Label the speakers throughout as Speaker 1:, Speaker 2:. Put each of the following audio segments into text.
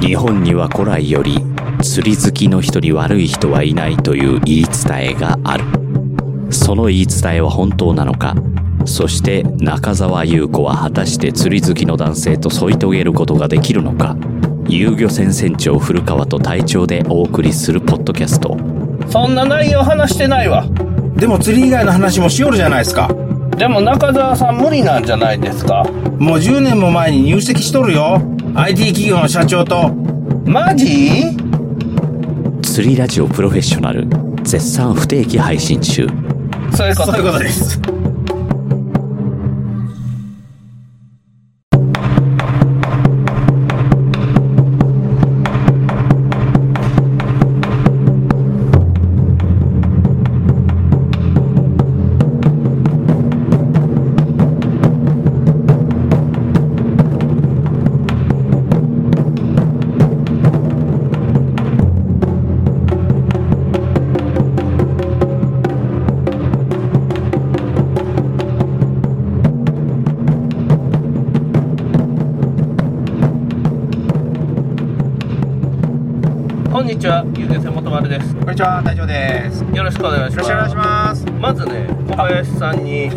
Speaker 1: 日本には古来より釣り好きの人に悪い人はいないという言い伝えがあるその言い伝えは本当なのかそして中澤優子は果たして釣り好きの男性と添い遂げることができるのか遊漁船船長古川と隊長でお送りするポッドキャスト
Speaker 2: そんな内容話してないわ
Speaker 3: でも釣り以外の話もしよるじゃないですか
Speaker 2: でも中澤さん無理なんじゃないですか
Speaker 3: もう10年も前に入籍しとるよ IT 企業の社長と
Speaker 2: マジ
Speaker 1: 釣りラジオプロフェッショナル絶賛不定期配信中
Speaker 2: そういうこ
Speaker 3: そういうことです
Speaker 2: とこんにちはゆうげせもとまるです
Speaker 3: こんにちは隊長ですよ
Speaker 2: よろしくお願いしますま
Speaker 3: ます
Speaker 2: ずね小林さんに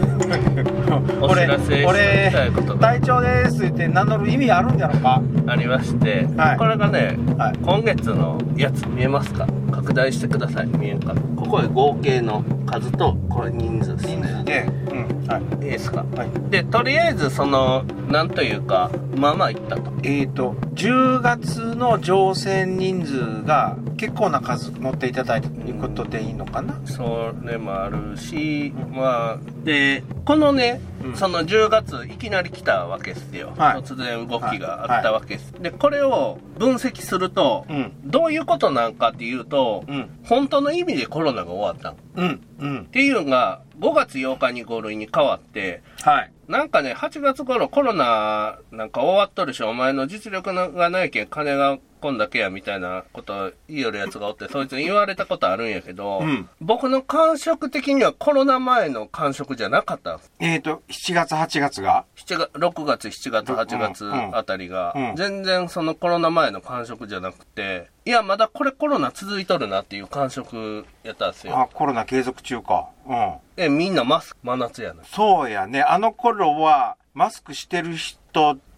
Speaker 2: お知らせしたいことが
Speaker 3: 隊長ですって名乗る意味あるんやろうか
Speaker 2: ありまして、
Speaker 3: はい
Speaker 2: これがね、
Speaker 3: はい
Speaker 2: 今月のやつ見えますか拡大してください見えんかここへ合計の数とこれ人数ですね
Speaker 3: で、うん、はい
Speaker 2: いですか
Speaker 3: はい
Speaker 2: でとりあえずそのなんというかまあまあいったと
Speaker 3: えー、と10月の乗船人数が結構な数乗っていただいたということでいいのかな、
Speaker 2: それもあるしまあでこのね、
Speaker 3: うん
Speaker 2: その10月いきなり来たわけですよ、
Speaker 3: はい
Speaker 2: 突然動きがあったわけです、でこれを分析すると、
Speaker 3: うん
Speaker 2: どういうことなんかっていうと、
Speaker 3: うん
Speaker 2: 本当の意味でコロナが終わったのっ
Speaker 3: うんうん
Speaker 2: ていうのが5月8日に5類に変わって
Speaker 3: はい
Speaker 2: なんかね、8月頃コロナなんか終わっとるし、お前の実力がないけん金がこんだけやみたいなこと言いよるやつがおって、そいつに言われたことあるんやけど、
Speaker 3: うん
Speaker 2: 僕の感触的にはコロナ前の感触じゃなかったんです。
Speaker 3: えー、と7月8月が
Speaker 2: 7月6月、7月、
Speaker 3: うん
Speaker 2: 8月あたりが、
Speaker 3: うん
Speaker 2: 全然そのコロナ前の感触じゃなくて、いや、まだこれコロナ続いとるなっていう感触やったんですよ。
Speaker 3: あコロナ継続中かうん
Speaker 2: え、みんなマスク、真夏やな。
Speaker 3: そうやねあの頃はマスクしてる人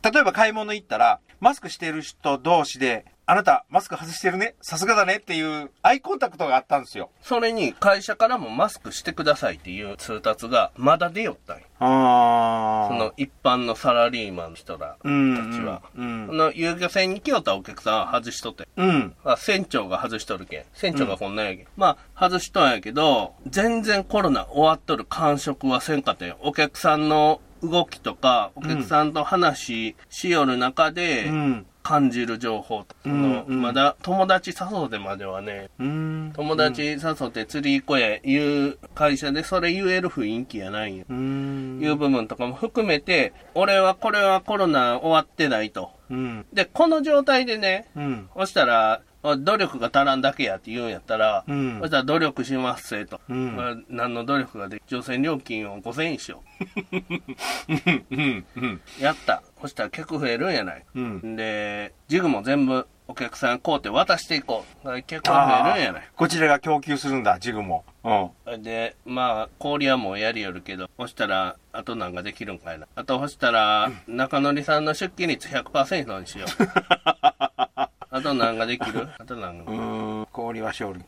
Speaker 3: 例えば買い物行ったらマスクしてる人同士であなたマスク外してるねさすがだねっていうアイコンタクトがあったんですよ
Speaker 2: それに会社からもマスクしてくださいっていう通達がまだ出よったんよ。
Speaker 3: あ
Speaker 2: その一般のサラリーマンの人ら、
Speaker 3: うん
Speaker 2: たちは
Speaker 3: うん
Speaker 2: この遊漁船に来よったお客さんは外しとって、
Speaker 3: うん
Speaker 2: あ船長が外しとるけん。船長がこんなんやけん。まあ、外しとんやけど、全然コロナ終わっとる感触はせんかったよ。お客さんの動きとか、お客さんと話しよる中で
Speaker 3: う、ん
Speaker 2: 感じる情報、その
Speaker 3: うんうん
Speaker 2: まだ友達誘うでまではね、
Speaker 3: うん
Speaker 2: 友達誘って釣り行こうや言う会社でそれ言える雰囲気やないんよ。
Speaker 3: うん
Speaker 2: いう部分とかも含めて、俺はこれはコロナ終わってないと。
Speaker 3: うん
Speaker 2: で、この状態でね、
Speaker 3: うん
Speaker 2: そしたら、あ努力が足らんだけやって言うんやったら、
Speaker 3: うん
Speaker 2: そしたら努力しますせと。
Speaker 3: うん
Speaker 2: まあ何の努力ができ、乗船料金を5000円しよ
Speaker 3: うんうん
Speaker 2: う。やった。そしたら客増えるんやない。
Speaker 3: うん
Speaker 2: で、ジグも全部お客さんこうて渡していこう。客は増えるんやない。
Speaker 3: こちらが供給するんだジグもうん
Speaker 2: で、まあ、氷はもうやりよるけど、そしたら、あとなんかできるんかいな。あと、そしたら、中野さんの出勤率100%にしよ う。あとなんかできるあとなんか。
Speaker 3: 氷は勝利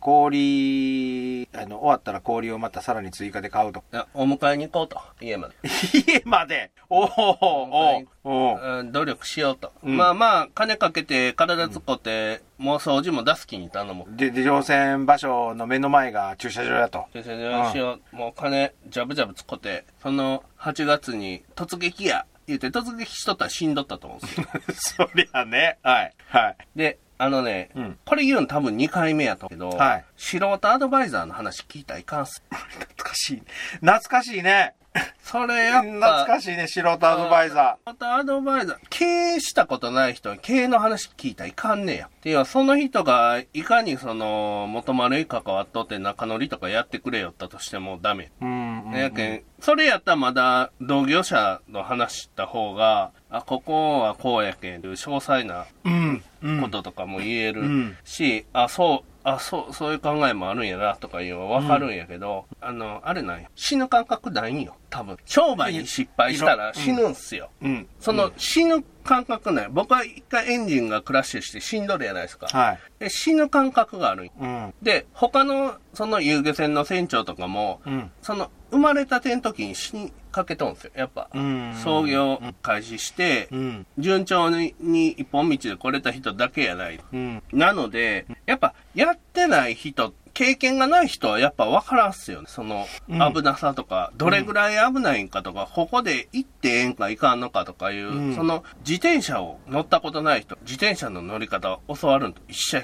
Speaker 3: 氷あの終わったら氷をまたさらに追加で買うと
Speaker 2: あお迎えに行こうと、家まで。
Speaker 3: 家までおーおーおー
Speaker 2: うん努力しようと。
Speaker 3: うん
Speaker 2: まあまあ、金かけて、体つこって、もう掃除も出す気に頼もう。
Speaker 3: でで乗船場所の目の前が駐車場だと
Speaker 2: 駐車場しよう。もう金、ジャブジャブつこって、その、8月に、突撃や言うて、突撃しとったら死んどったと思うんですよ。
Speaker 3: そりゃねはいはい
Speaker 2: で、あのね、
Speaker 3: うん
Speaker 2: これ言うの多分2回目やと思うけど、
Speaker 3: はい
Speaker 2: 素人アドバイザーの話聞いたらいかんっす。
Speaker 3: 懐かしい懐かしいね
Speaker 2: それやっ
Speaker 3: 懐
Speaker 2: ぱ、
Speaker 3: かしいね素人アドバイザ
Speaker 2: 素人アドバイザー、経営したことない人に経営の話聞いたらいかんねや。っていうのは、その人がいかにその、元丸に関わっとって中乗りとかやってくれよったとしてもダメ。
Speaker 3: ーうんうんうん
Speaker 2: やけん、それやったらまだ同業者の話した方が、あ、ここはこうやけんという詳細な
Speaker 3: うん。うん。
Speaker 2: こととかも言え
Speaker 3: う
Speaker 2: る
Speaker 3: ん
Speaker 2: し、あ、そう、あ、そう、そういう考えもあるんやなとかいうのはわかるんやけど、あの、あれなんよ。死ぬ感覚ないんよ、多分。商売に失敗したら死ぬんすよ。
Speaker 3: うん。
Speaker 2: その死ぬ感覚ない。僕は一回エンジンがクラッシュして死んどるやないですか。
Speaker 3: はい。
Speaker 2: で死ぬ感覚があるんよ
Speaker 3: うん。
Speaker 2: で、他のその遊漁船の船長とかも、
Speaker 3: うん。
Speaker 2: その生まれたての時に死にかけとんですよ。やっぱ、
Speaker 3: うん
Speaker 2: 創業開始して、
Speaker 3: うん。
Speaker 2: 順調にに一本道で来れた人だけやない。
Speaker 3: うん。
Speaker 2: なので、やっぱやってない人、経験がない人はやっぱ分からんっすよね。その
Speaker 3: うん
Speaker 2: 危なさとか、どれぐらい危ないんかとか、ここで行ってええんか行かんのかとかいう、
Speaker 3: うん
Speaker 2: その自転車を乗ったことない人、自転車の乗り方を教わるんと一緒や。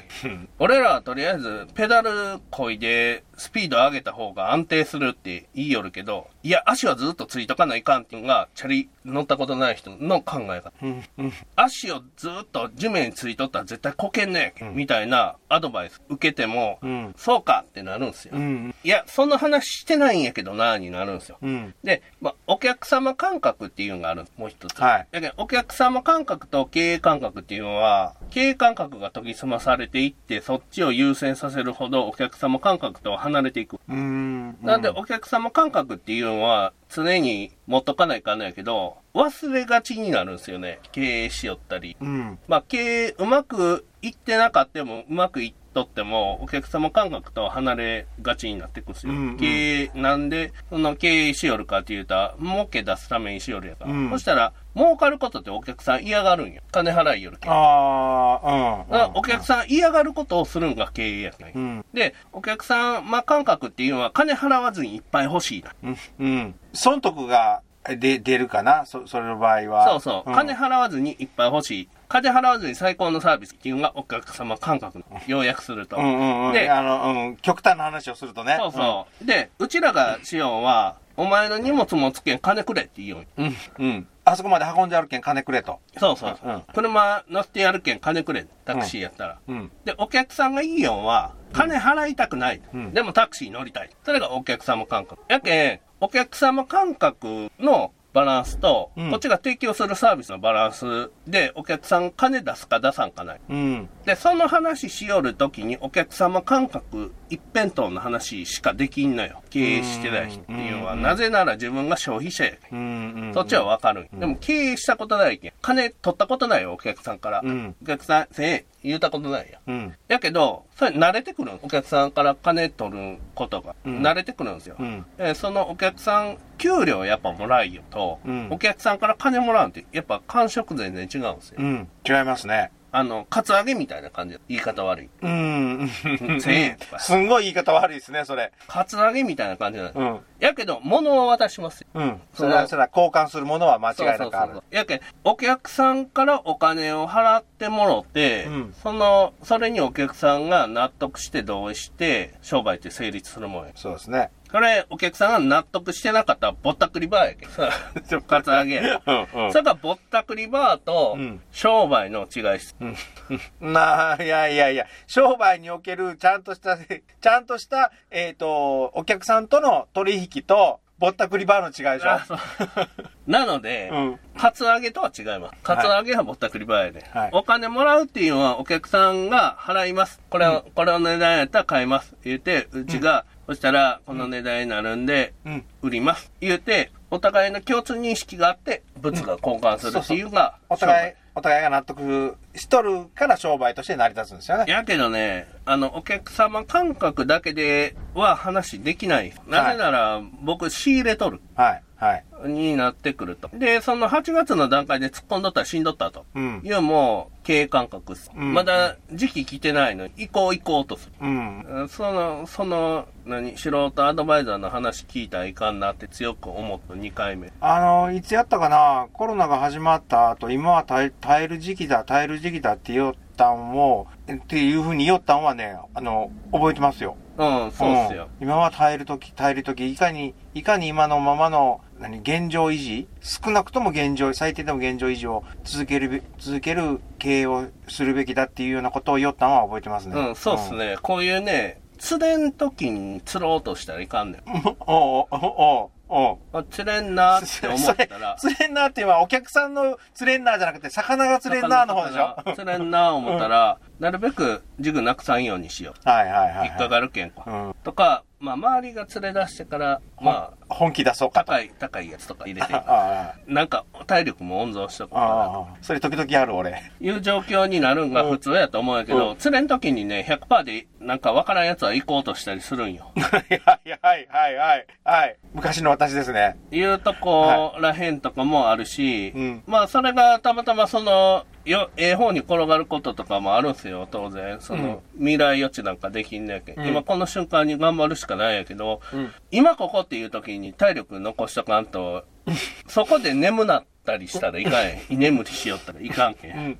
Speaker 2: 俺らはとりあえずペダルこいでスピード上げた方が安定するって言いよるけど、いや、足はずっとついとかないかんっていうのが、チャリ乗ったことない人の考え方。
Speaker 3: うん。うん。
Speaker 2: 足をずっと地面についとったら絶対こけんねえ、みたいなアドバイス受けても、
Speaker 3: うん
Speaker 2: そうかってなるんですよ。
Speaker 3: うん。
Speaker 2: いや、その話してないんやけどな、になるんですよ。
Speaker 3: うん。
Speaker 2: で、まあ、お客様感覚っていうのがある、もう一つ。
Speaker 3: はい
Speaker 2: だけど、お客様感覚と経営感覚っていうのは、経営感覚が研ぎ澄まされていって、そっちを優先させるほど、お客様感覚とは離れていく。
Speaker 3: うん。
Speaker 2: なんで、お客様感覚っていうのは、常に持っとかないかんのやけど、忘れがちになるんですよね。経営しよったり。
Speaker 3: うん。
Speaker 2: まあ、経営うまくいってなかっても、うまくいっとっても、お客様感覚とは離れがちになってくんですよ。
Speaker 3: うんうん
Speaker 2: 経営、なんで、その経営しよるかっていうと、儲け出すためにしよるやから。
Speaker 3: うん
Speaker 2: そしたら、儲かることってお客さん嫌がるんよ。金払いよるけん。だ
Speaker 3: あ
Speaker 2: か
Speaker 3: あ、
Speaker 2: ら
Speaker 3: うん。
Speaker 2: お客さん嫌がることをするんが経営やから、
Speaker 3: うん。
Speaker 2: で、お客さん、まあ、感覚っていうのは、金払わずにいっぱい欲しいな。
Speaker 3: うん。うん。損得がで出るかなそ、それの場合は。
Speaker 2: そうそう。金
Speaker 3: ん、
Speaker 2: 払わずにいっぱい欲しい。金払わずに最高のサービスっていうのがお客様感覚の。要約すると。
Speaker 3: うんうんうん。
Speaker 2: で
Speaker 3: あの、うん。極端な話をするとね。
Speaker 2: そうそう。で、うちらがしようは、お前の荷物もつけん金くれって言うよ。
Speaker 3: うん。うん。うん。あそこまで運んであるけん金くれと。
Speaker 2: そうそう
Speaker 3: うん
Speaker 2: 車乗ってやるけん金くれ。タクシーやったら。
Speaker 3: うん。
Speaker 2: で、お客さんがいいよんは、金払いたくない。
Speaker 3: うん
Speaker 2: でもタクシー乗りたい。それがお客様感覚。やけん、お客様感覚のバランスと、
Speaker 3: うん
Speaker 2: こっちが提供するサービスのバランスで、お客さんが金出すか出さんかない。
Speaker 3: うん。
Speaker 2: で、その話しよるときにお客様感覚一辺倒の話しかできんのよ。経営してない人っていうのは、
Speaker 3: うん
Speaker 2: なぜなら自分が消費者やけん。
Speaker 3: うん。うん。
Speaker 2: そっちはわかるんよ、でも経営したことないけん。金取ったことないよ、お客さんから。
Speaker 3: うん
Speaker 2: お客さん1000円言うたことないや。
Speaker 3: うん。
Speaker 2: やけど、それ慣れてくるんお客さんから金取ることが、
Speaker 3: うん
Speaker 2: 慣れてくるんですよ。
Speaker 3: うん。
Speaker 2: えーそのお客さん、給料やっぱもらいよと、
Speaker 3: うん
Speaker 2: お客さんから金もらうって、やっぱ感触全然違うんですよ。
Speaker 3: うん。違いますね。
Speaker 2: あの、カツアゲみたいな感じ。言い方悪い。
Speaker 3: うん。
Speaker 2: 1000円とか
Speaker 3: すんごい言い方悪いですね、それ。
Speaker 2: カツアゲみたいな感じなんです、
Speaker 3: うん。
Speaker 2: やけど、物を渡しますよ。
Speaker 3: うん。
Speaker 2: そ
Speaker 3: そ
Speaker 2: の
Speaker 3: れは、それは交換するものは間
Speaker 2: そう
Speaker 3: 違い
Speaker 2: そう
Speaker 3: なく
Speaker 2: そ
Speaker 3: あ
Speaker 2: うそ
Speaker 3: る
Speaker 2: う。。やけん、お客さんからお金を払ってもろて、
Speaker 3: うん
Speaker 2: その、それにお客さんが納得して同意して、商売って成立するもんや。
Speaker 3: そうですね。
Speaker 2: それ、お客さんが納得してなかったらぼったくりバーやけん。さあ、ちょ、カツアゲや。
Speaker 3: うん
Speaker 2: それがぼったくりバーと
Speaker 3: うん、
Speaker 2: 商売の違いです。
Speaker 3: うん。なあ、いやいやいや、商売におけるちゃんとした、ちゃんとした、えっ、と、お客さんとの取引と、ぼったくりバーの違いでしょ
Speaker 2: あそう なので、
Speaker 3: うん
Speaker 2: カツアゲとは違います。カツアゲはぼったくりバーやで、
Speaker 3: はい
Speaker 2: お金もらうっていうのはお客さんが払います。これを、これの値段やったら買います。言うて、うちが、そしたら、この値段になるんで、
Speaker 3: うん。
Speaker 2: 売ります。言うて、お互いの共通認識があって、物が交換するっていうのが、
Speaker 3: お互い、お互いが納得しとるから商売として成り立つんですよね。
Speaker 2: やけどね、あの、お客様感覚だけでは話できない。なぜなら、僕、仕入れとる。
Speaker 3: はい。はい。
Speaker 2: になってくると。で、その8月の段階で突っ込んどったら死んどったと。
Speaker 3: うん
Speaker 2: い。や、もう、経営感覚っす。
Speaker 3: うん
Speaker 2: まだ時期来てないのに、行こう行こうとする。
Speaker 3: うん。
Speaker 2: うんその、その、何、素人アドバイザーの話聞いたらいかんなって強く思った2回目。
Speaker 3: あの、いつやったかな、コロナが始まった後、今は耐え耐える時期だ、耐える時期だって言おったんを、っていうふうに言おったんはね、あの、覚えてますよ。
Speaker 2: うん、そうっすよ。
Speaker 3: ん今は耐える時、耐える時、いかに、いかに今のままの、何、現状維持少なくとも現状、最低でも現状維持を続けるべ、続ける経営をするべきだっていうようなことを言おったんは覚えてますね。
Speaker 2: うん、そうっすね。こういうね、釣れん時に釣ろうとしたらいかんねん。
Speaker 3: うん。おうおうおうおうん。、
Speaker 2: あ、釣れんなって思ったら
Speaker 3: それ釣れんなって今、お客さんの釣れんなじゃなくて、魚 が釣れんなの方でしょは
Speaker 2: 釣れんな思ったら、なるべくジグなくさんようにしよう。
Speaker 3: いはいはい
Speaker 2: 引っか
Speaker 3: は
Speaker 2: かるけん
Speaker 3: い。う
Speaker 2: か。
Speaker 3: ん。
Speaker 2: とか、まあ、周りが連れ出してから、まあ、
Speaker 3: 本気出そうかと。
Speaker 2: 高い、高いやつとか入れていく
Speaker 3: ああ
Speaker 2: なんか、体力も温存しとこう
Speaker 3: ああ、
Speaker 2: かなと
Speaker 3: ああ、それ時々ある俺。
Speaker 2: いう状況になるんが普通やと思うんやけど、釣れん時にね、100%でなんかわからんやつは行こうとしたりするんよ。
Speaker 3: はいはいはいはいはい。はい。昔の私ですね。
Speaker 2: いうとこらへんとかもあるし、
Speaker 3: うん
Speaker 2: まあそれがたまたまその、よ、ええ方に転がることとかもあるんすよ、当然。その、未来予知なんかできんねやけ、
Speaker 3: ん
Speaker 2: ん。今この瞬間に頑張るしかないんやけど、
Speaker 3: ん
Speaker 2: 今ここっていう時に体力残しとかんと、 そこで眠なったりしたらいかんやん。居眠りしよったらいかんけん。
Speaker 3: うん。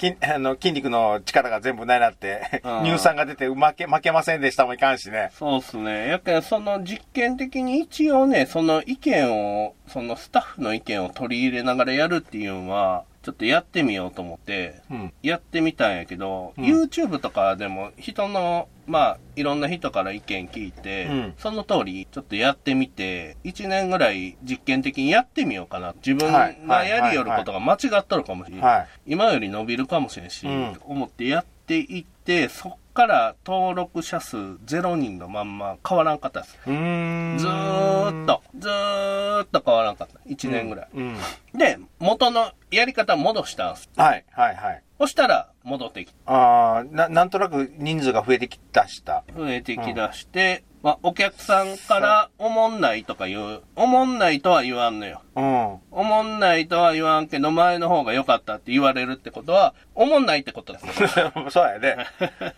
Speaker 3: 筋、あの、筋肉の力が全部ないなって、
Speaker 2: うん
Speaker 3: 乳酸が出て負け、負けませんでしたもいかんしね。
Speaker 2: そうっすね。やけん、その実験的に一応ね、その意見を、そのスタッフの意見を取り入れながらやるっていうのは、ちょっとやってみようと思って、
Speaker 3: うん。
Speaker 2: やってみたんやけど、
Speaker 3: うん
Speaker 2: YouTube とかでも人の、まあ、いろんな人から意見聞いて、
Speaker 3: うん
Speaker 2: その通りちょっとやってみて、1年ぐらい実験的にやってみようかな。自分
Speaker 3: はい
Speaker 2: がやりよることが間違っとるかもしれん。
Speaker 3: はい。
Speaker 2: 今より伸びるかもしれんし、
Speaker 3: うん
Speaker 2: 思ってやっていって、そっから登録者数0人のまんま変わらんかったです。
Speaker 3: うーん。
Speaker 2: ずーっ。と、ずーっと変わらんかった。1年ぐらい。
Speaker 3: うん。
Speaker 2: で、元のやり方戻したんす。
Speaker 3: はいはいはい。
Speaker 2: そしたら戻ってきて、
Speaker 3: ああ、な、なんとなく人数が増えてきたした。
Speaker 2: 増えてきだして、まあ、お客さんからおもんないとか言う、おもんないとは言わんのよ。
Speaker 3: うん。
Speaker 2: おもんないとは言わんけど、前の方が良かったって言われるってことは、おもんないってことです。
Speaker 3: そうやね。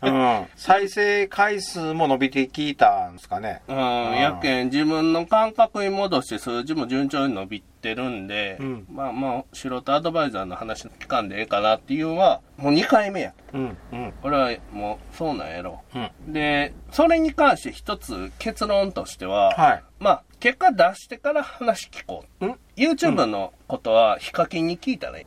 Speaker 3: うん。再生回数も伸びてきたんですかね。
Speaker 2: うん、やけん、自分の感覚に戻して数字も順調に伸びてるんで、
Speaker 3: うん
Speaker 2: まあまあ、素人アドバイザーの話の期間でええかなっていうのは、もう2回目や。
Speaker 3: うん。うん。
Speaker 2: これはもう、そうなんやろ。
Speaker 3: うん。
Speaker 2: で、それに関して一つ結論としては、
Speaker 3: はい。
Speaker 2: まあ、結果出してから話聞こう。
Speaker 3: ん
Speaker 2: YouTube のことはヒカキンに聞いたらいい。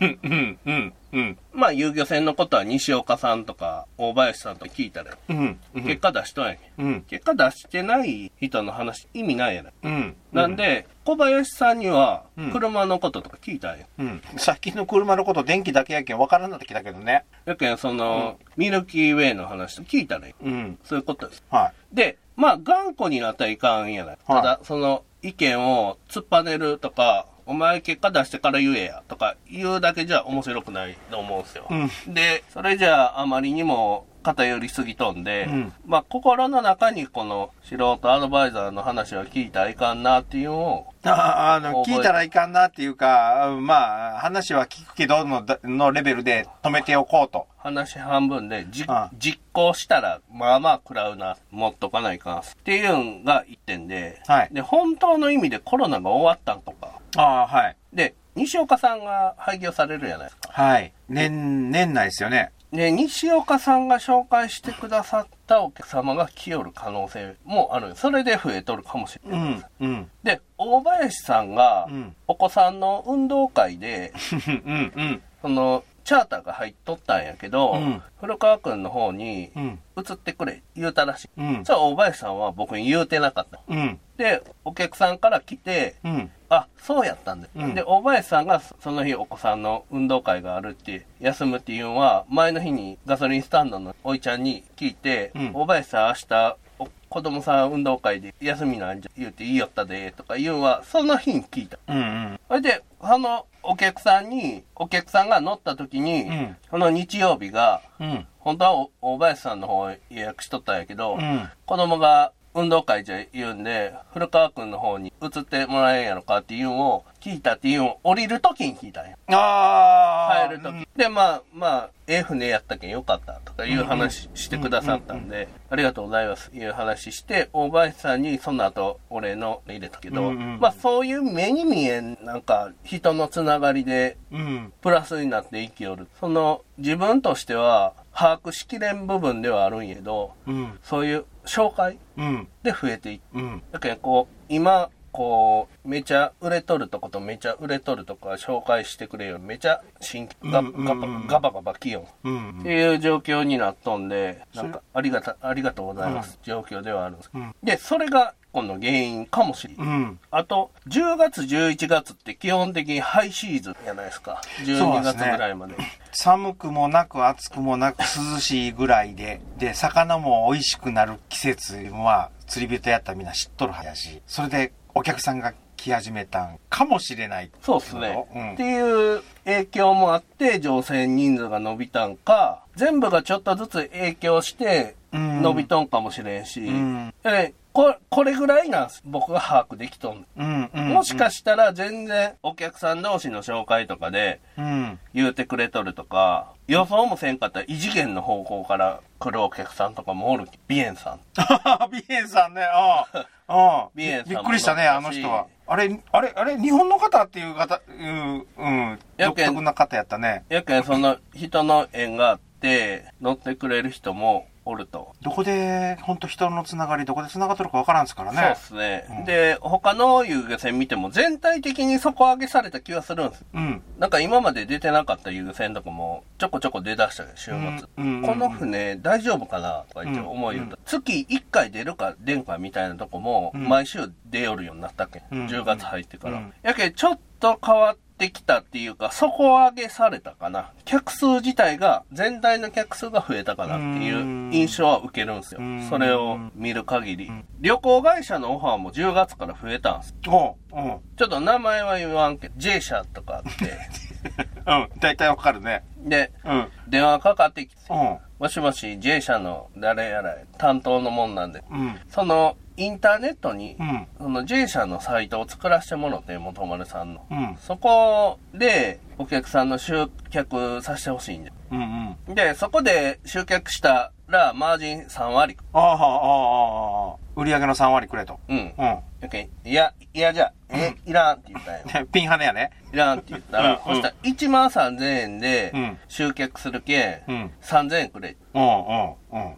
Speaker 3: うん。うん。うん。うん。
Speaker 2: まあ、遊漁船のことは西岡さんとか大林さんとか聞いたらいい。
Speaker 3: うん。うん
Speaker 2: 結果出しとんやけん。
Speaker 3: うん。
Speaker 2: 結果出してない人の話意味ないやな。
Speaker 3: うん。
Speaker 2: なんで、小林さんには
Speaker 3: うん
Speaker 2: 車のこととか聞いたんや。
Speaker 3: うん。最近の車のこと電気だけやけん分からんなってきたけどね。
Speaker 2: やけん、その、ミルキーウェイの話とか聞いたらいい。
Speaker 3: うん。
Speaker 2: そういうことです。
Speaker 3: は
Speaker 2: で、まあ、頑固になったらいかんやない。ただ、その、意見を突っぱねるとか、お前結果出してから言えや、とか言うだけじゃ面白くないと思うんですよ。
Speaker 3: うん
Speaker 2: で、それじゃあ、あまりにも偏りすぎとんで、
Speaker 3: うん
Speaker 2: まあ、心の中にこの素人アドバイザーの話を聞いたらいかんなっていうのを、
Speaker 3: い。ああ
Speaker 2: 覚
Speaker 3: の、
Speaker 2: えて
Speaker 3: 聞いたらいかんなっていうか、うんまあ、話は聞くけどの、のレベルで止めておこうと。
Speaker 2: 話半分で、じ
Speaker 3: ああ
Speaker 2: 実行したら、まあまあ食らうな、持っとかないかんす。っていうのが一点で、
Speaker 3: はい
Speaker 2: で、本当の意味でコロナが終わったんとか、
Speaker 3: ああ、はい。
Speaker 2: で、西岡さんが廃業されるじゃないですか。
Speaker 3: はい。年、年内ですよね。
Speaker 2: で、西岡さんが紹介してくださったお客様が来よる可能性もある。それで増えとるかもしれ
Speaker 3: う
Speaker 2: ない。
Speaker 3: ん。うん。
Speaker 2: で、大林さんが
Speaker 3: うん、
Speaker 2: お子さんの運動会で、
Speaker 3: うん。うん。
Speaker 2: その、チャーターが入っとったんやけど、
Speaker 3: うん
Speaker 2: 古川くんの方に、
Speaker 3: うん。
Speaker 2: 移ってくれ、言うたらしい。
Speaker 3: うん
Speaker 2: そしたら大林さんは僕に言うてなかった。
Speaker 3: うん。
Speaker 2: で、お客さんから来て、
Speaker 3: うん。
Speaker 2: あ、そうやったんだ。
Speaker 3: うん
Speaker 2: で、大林さんがその日お子さんの運動会があるって、休むっていうのは、前の日にガソリンスタンドのおいちゃんに聞いて、
Speaker 3: うん
Speaker 2: 大林さん明日、お子供さん運動会で休みなんじゃ言うていいよったで、とか言うのは、その日に聞いた。
Speaker 3: うん。
Speaker 2: それで、そのお客さんに、お客さんが乗った時に、
Speaker 3: うん
Speaker 2: その日曜日が、
Speaker 3: うん。
Speaker 2: 本当はお大林さんの方予約しとったんやけど、
Speaker 3: うん
Speaker 2: 子供が運動会じゃ言うんで、古川くんの方に移ってもらえんやろかっていうのを聞いたっていうのを降りるときに聞いたんや。
Speaker 3: ああ。
Speaker 2: 帰るとき。で、まあまあ、ええ船やったけんよかったとかいう話してくださったんで、ありがとうございますいう話して、大林さんにその後お礼の入れたけど、
Speaker 3: うんうん
Speaker 2: まあそういう目に見えん、なんか人のつながりで
Speaker 3: うん。
Speaker 2: プラスになって生きよる。その自分としては把握しきれん部分ではあるんやけど、
Speaker 3: うん。
Speaker 2: そういう紹介
Speaker 3: うん。
Speaker 2: で増えていく。
Speaker 3: うん。
Speaker 2: だけどこう、今、こう、めちゃ売れとるとことめちゃ売れとるとこは紹介してくれよ。めちゃ新規、ガ
Speaker 3: うんうん
Speaker 2: ガバガバガバ来よ。
Speaker 3: うん
Speaker 2: っていう状況になっとんで、なん
Speaker 3: それ
Speaker 2: か、ありがた、ありがとうございます。状況ではあるんです
Speaker 3: うん。
Speaker 2: で、それが婚の原因かもしれない。
Speaker 3: うん。
Speaker 2: あと、10月、11月って基本的にハイシーズンじゃないですか。
Speaker 3: そう
Speaker 2: 12
Speaker 3: です
Speaker 2: 月ぐ
Speaker 3: ね
Speaker 2: らいまで。
Speaker 3: 寒くもなく暑くもなく涼しいぐらいで、で、魚も美味しくなる季節は釣り人やったらみんな知っとるはずやし、それでお客さんが来始めたんかもしれない。
Speaker 2: そうですね、
Speaker 3: うん
Speaker 2: っていう影響もあって、乗船人数が伸びたんか、全部がちょっとずつ影響して、
Speaker 3: うん
Speaker 2: 伸びとんかもしれんし、
Speaker 3: ん
Speaker 2: でここれぐらいなんです僕が把握できとん。
Speaker 3: うん、うん。
Speaker 2: もしかしたら全然お客さん同士の紹介とかで
Speaker 3: うん。
Speaker 2: 言うてくれとるとか、予想もせんかったら異次元の方向から来るお客さんとかもおる。ビエンさん。
Speaker 3: ビエンさんね、うん。うん。
Speaker 2: ビエンさんも
Speaker 3: びっくりしたね、あの人は。あれ、あれ、あれ、日本の方っていう方、うん、うん。
Speaker 2: や
Speaker 3: 独
Speaker 2: けん
Speaker 3: 特な方やったね。
Speaker 2: やけんその人の縁があって乗ってくれる人もおると。
Speaker 3: どこで、本当人のつながり、どこでつながっとるかわからんですからね。
Speaker 2: そうですね、
Speaker 3: うん
Speaker 2: で、他の遊漁船見ても全体的に底上げされた気がするんです。
Speaker 3: うん。
Speaker 2: なんか今まで出てなかった遊漁船とかもちょこちょこ出だしたよ週末、
Speaker 3: うんうんうん
Speaker 2: この船大丈夫かなとか言って思いよった、月1回出るか出んかみたいなとこも
Speaker 3: うん
Speaker 2: 毎週出よるようになったっけ、
Speaker 3: うん
Speaker 2: 10月入ってから、
Speaker 3: うん
Speaker 2: やけんちょっと変わってきたっていうか底上げされたかな客数自体が全体の客数が増えたかなっていう印象は受けるんですよ、
Speaker 3: うん
Speaker 2: それを見る限り、旅行会社のオファーも10月から増えたんです
Speaker 3: おう、うん。うん。
Speaker 2: ちょっと名前は言わんけど J 社とかあって
Speaker 3: 大体わかるね。
Speaker 2: で
Speaker 3: うん。
Speaker 2: 電話かかってきて、
Speaker 3: うん。
Speaker 2: もしもし J 社の誰やら担当のもんなんで、
Speaker 3: うん。
Speaker 2: そのインターネットに、
Speaker 3: うん。
Speaker 2: その J 社のサイトを作らせてもろて、元丸さんの。
Speaker 3: うん。
Speaker 2: そこでお客さんの集客させてほしいんで。
Speaker 3: うん。うん。
Speaker 2: で、そこで集客したらマージン3割。
Speaker 3: ああ、ああ、ああ。売り上げの3割くれと。
Speaker 2: うん。
Speaker 3: うん。
Speaker 2: やけんいや、いやじゃあ、え、いらんって言ったんよ。
Speaker 3: ねピンハネやね。
Speaker 2: いらんって言ったら、
Speaker 3: う
Speaker 2: そ
Speaker 3: ん
Speaker 2: したら1万3000円で
Speaker 3: うん
Speaker 2: 集客するけ、
Speaker 3: うん
Speaker 2: ん、3000円くれ。
Speaker 3: うん。うん。うん。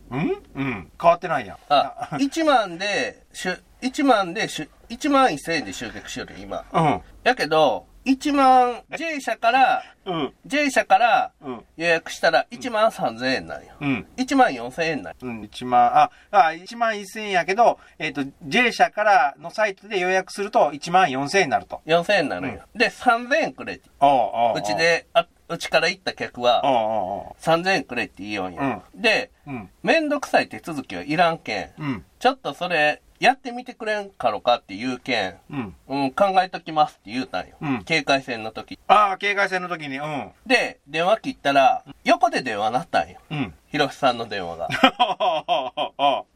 Speaker 3: うん。変わってないやん。
Speaker 2: あ、1万で、しゅ、1万でしゅ、1万1000円で集客しよるよ今。
Speaker 3: うん。
Speaker 2: やけど、1万、J 社から、
Speaker 3: うん。
Speaker 2: J 社から
Speaker 3: うん
Speaker 2: 予約したら1万3000円なんよ。
Speaker 3: うん。
Speaker 2: 1万4000円なんよ。
Speaker 3: うん、1万、あ、あ、1万1000円やけど、えっ、と、J 社からのサイトで予約すると1万4000円になると。
Speaker 2: 4000円になるんよ。で、3000円くれって。
Speaker 3: おお
Speaker 2: うち。で、あ、うちから行った客は、
Speaker 3: お
Speaker 2: 3000円くれって言いよんよ。で、
Speaker 3: うおううん。
Speaker 2: めんどくさい手続きはいらんけん。
Speaker 3: うん。
Speaker 2: ちょっとそれ、やってみてくれんかろかって言うけん。
Speaker 3: うん。
Speaker 2: うん、考えときますって言うたんよ。
Speaker 3: うん
Speaker 2: 警戒戦の時。
Speaker 3: ああ、警戒戦の時に、うん。
Speaker 2: で、電話切ったら、横で電話なったんよ。
Speaker 3: うん。
Speaker 2: ひろしさんの電話が。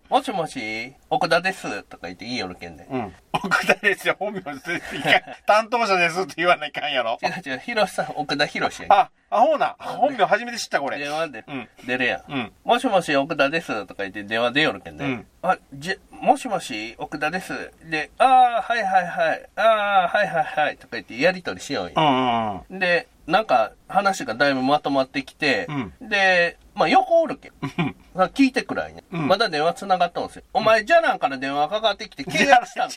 Speaker 2: もしもし、奥田です。とか言っていいよるけんで。
Speaker 3: うん。奥田ですよ、本名です。いや担当者ですって言わないかんやろ
Speaker 2: 違。う違う、ひろしさん、奥田ひろしやん。
Speaker 3: あ、アホな。本名初めて知った、こ
Speaker 2: 電
Speaker 3: れ。
Speaker 2: 話で、
Speaker 3: うん
Speaker 2: 出るやん,、
Speaker 3: うん
Speaker 2: もしもし、奥田です。とか言って電話出よるけんで。
Speaker 3: うん
Speaker 2: あ、じ、もしもし、奥田です。で、ああ、はいはいはい。ああ、はいはいはい。とか言ってやりとりしようよ
Speaker 3: う。んうんうん。
Speaker 2: で、なんか話がだいぶまとまってきて、で、まあ横おるけん。
Speaker 3: うん
Speaker 2: まあ聞いてくらいね、
Speaker 3: うん
Speaker 2: まだ電話繋がったんですよ。お前、じゃらんから電話かかってきて
Speaker 3: 違う違
Speaker 2: 契約した ん
Speaker 3: う違